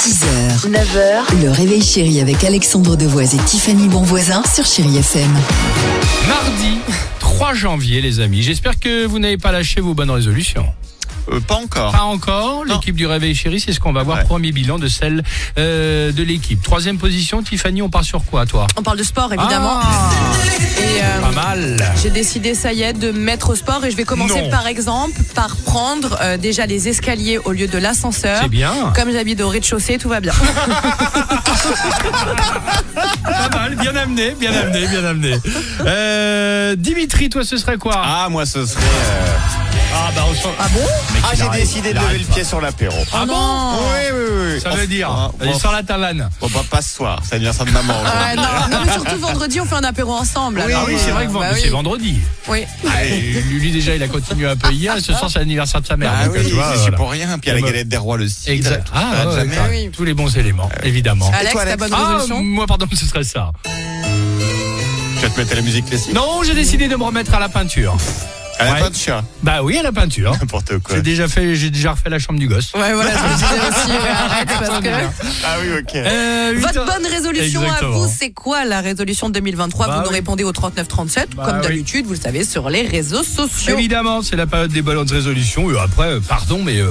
6h, 9h, le réveil chéri avec Alexandre Devoise et Tiffany Bonvoisin sur Chéri FM. Mardi 3 janvier, les amis. J'espère que vous n'avez pas lâché vos bonnes résolutions. Euh, pas encore. Pas encore. L'équipe du Réveil Chéri, c'est ce qu'on va voir. Ouais. Premier bilan de celle euh, de l'équipe. Troisième position, Tiffany, on part sur quoi, toi On parle de sport évidemment. Ah, Et, euh, pas mal. j'ai décidé, ça y est, de me mettre au sport et je vais commencer Non. par exemple par prendre euh, déjà les escaliers au lieu de l'ascenseur. C'est bien. Comme j'habite au rez-de-chaussée, tout va bien. Pas mal. Bien amené, bien amené, bien amené. Euh, Dimitri, toi, ce serait quoi Ah, moi, ce serait. euh, Ah, bah, on sent- Ah bon Mec, Ah, il j'ai arrête, décidé il de lever arrête le pas. pied sur l'apéro. Ah Oh bon Oui, non oui, oui. Ça On- veut dire. Ah, Ah, Vas-y, bon. sors la tavane. Bon, bah, pas ce soir. C'est l'anniversaire de maman. aujourd'hui. Ouais, Euh, non. Non, mais surtout vendredi, on fait un apéro ensemble. Oui, Ah alors, oui, c'est vrai que euh, vend- bah c'est oui. vendredi. Oui. Ah Allez, Lui, déjà, il a continué un peu hier. Ce soir, c'est l'anniversaire de sa mère. Ah Donc, euh, oui, tu vois, c'est voilà. pour rien. Puis il y a la galette des rois le 6. Exact. Ah, ouais, jamais. d'accord. Oui. Euh, tous les bons éléments, évidemment. Alex, toi, ta Alex bonne Ah, résolution moi, pardon, ce serait ça. Tu vas te mettre à la musique classique Non, j'ai décidé de me remettre à la peinture. À la Ouais. fin de chien. Bah oui, à la peinture. N'importe quoi. J'ai déjà fait, j'ai déjà refait la chambre du gosse. Ouais, voilà, je me disais aussi, ouais, arrête, parce que- Ah oui, ok. Euh, huit Votre heures- bonne résolution Exactement. à vous, c'est quoi la résolution 2023 Bah Vous nous oui. répondez au 3937, Bah comme oui. Bah d'habitude, vous le savez, sur les réseaux sociaux. Évidemment, c'est la période des balances de résolution. Et après, euh, pardon, mais euh,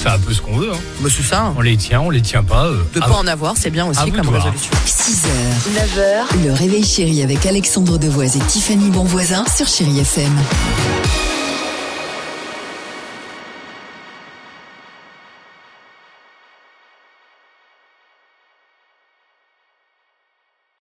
c'est un peu ce qu'on veut. hein. Bah, c'est ça. hein. On les tient, on les tient pas. euh, De à- pas en avoir, c'est bien à aussi vous de comme voir. résolution. 6h, 9h, le réveil chéri avec Alexandre Devoise et Tiffany Bonvoisin sur Chéri FM.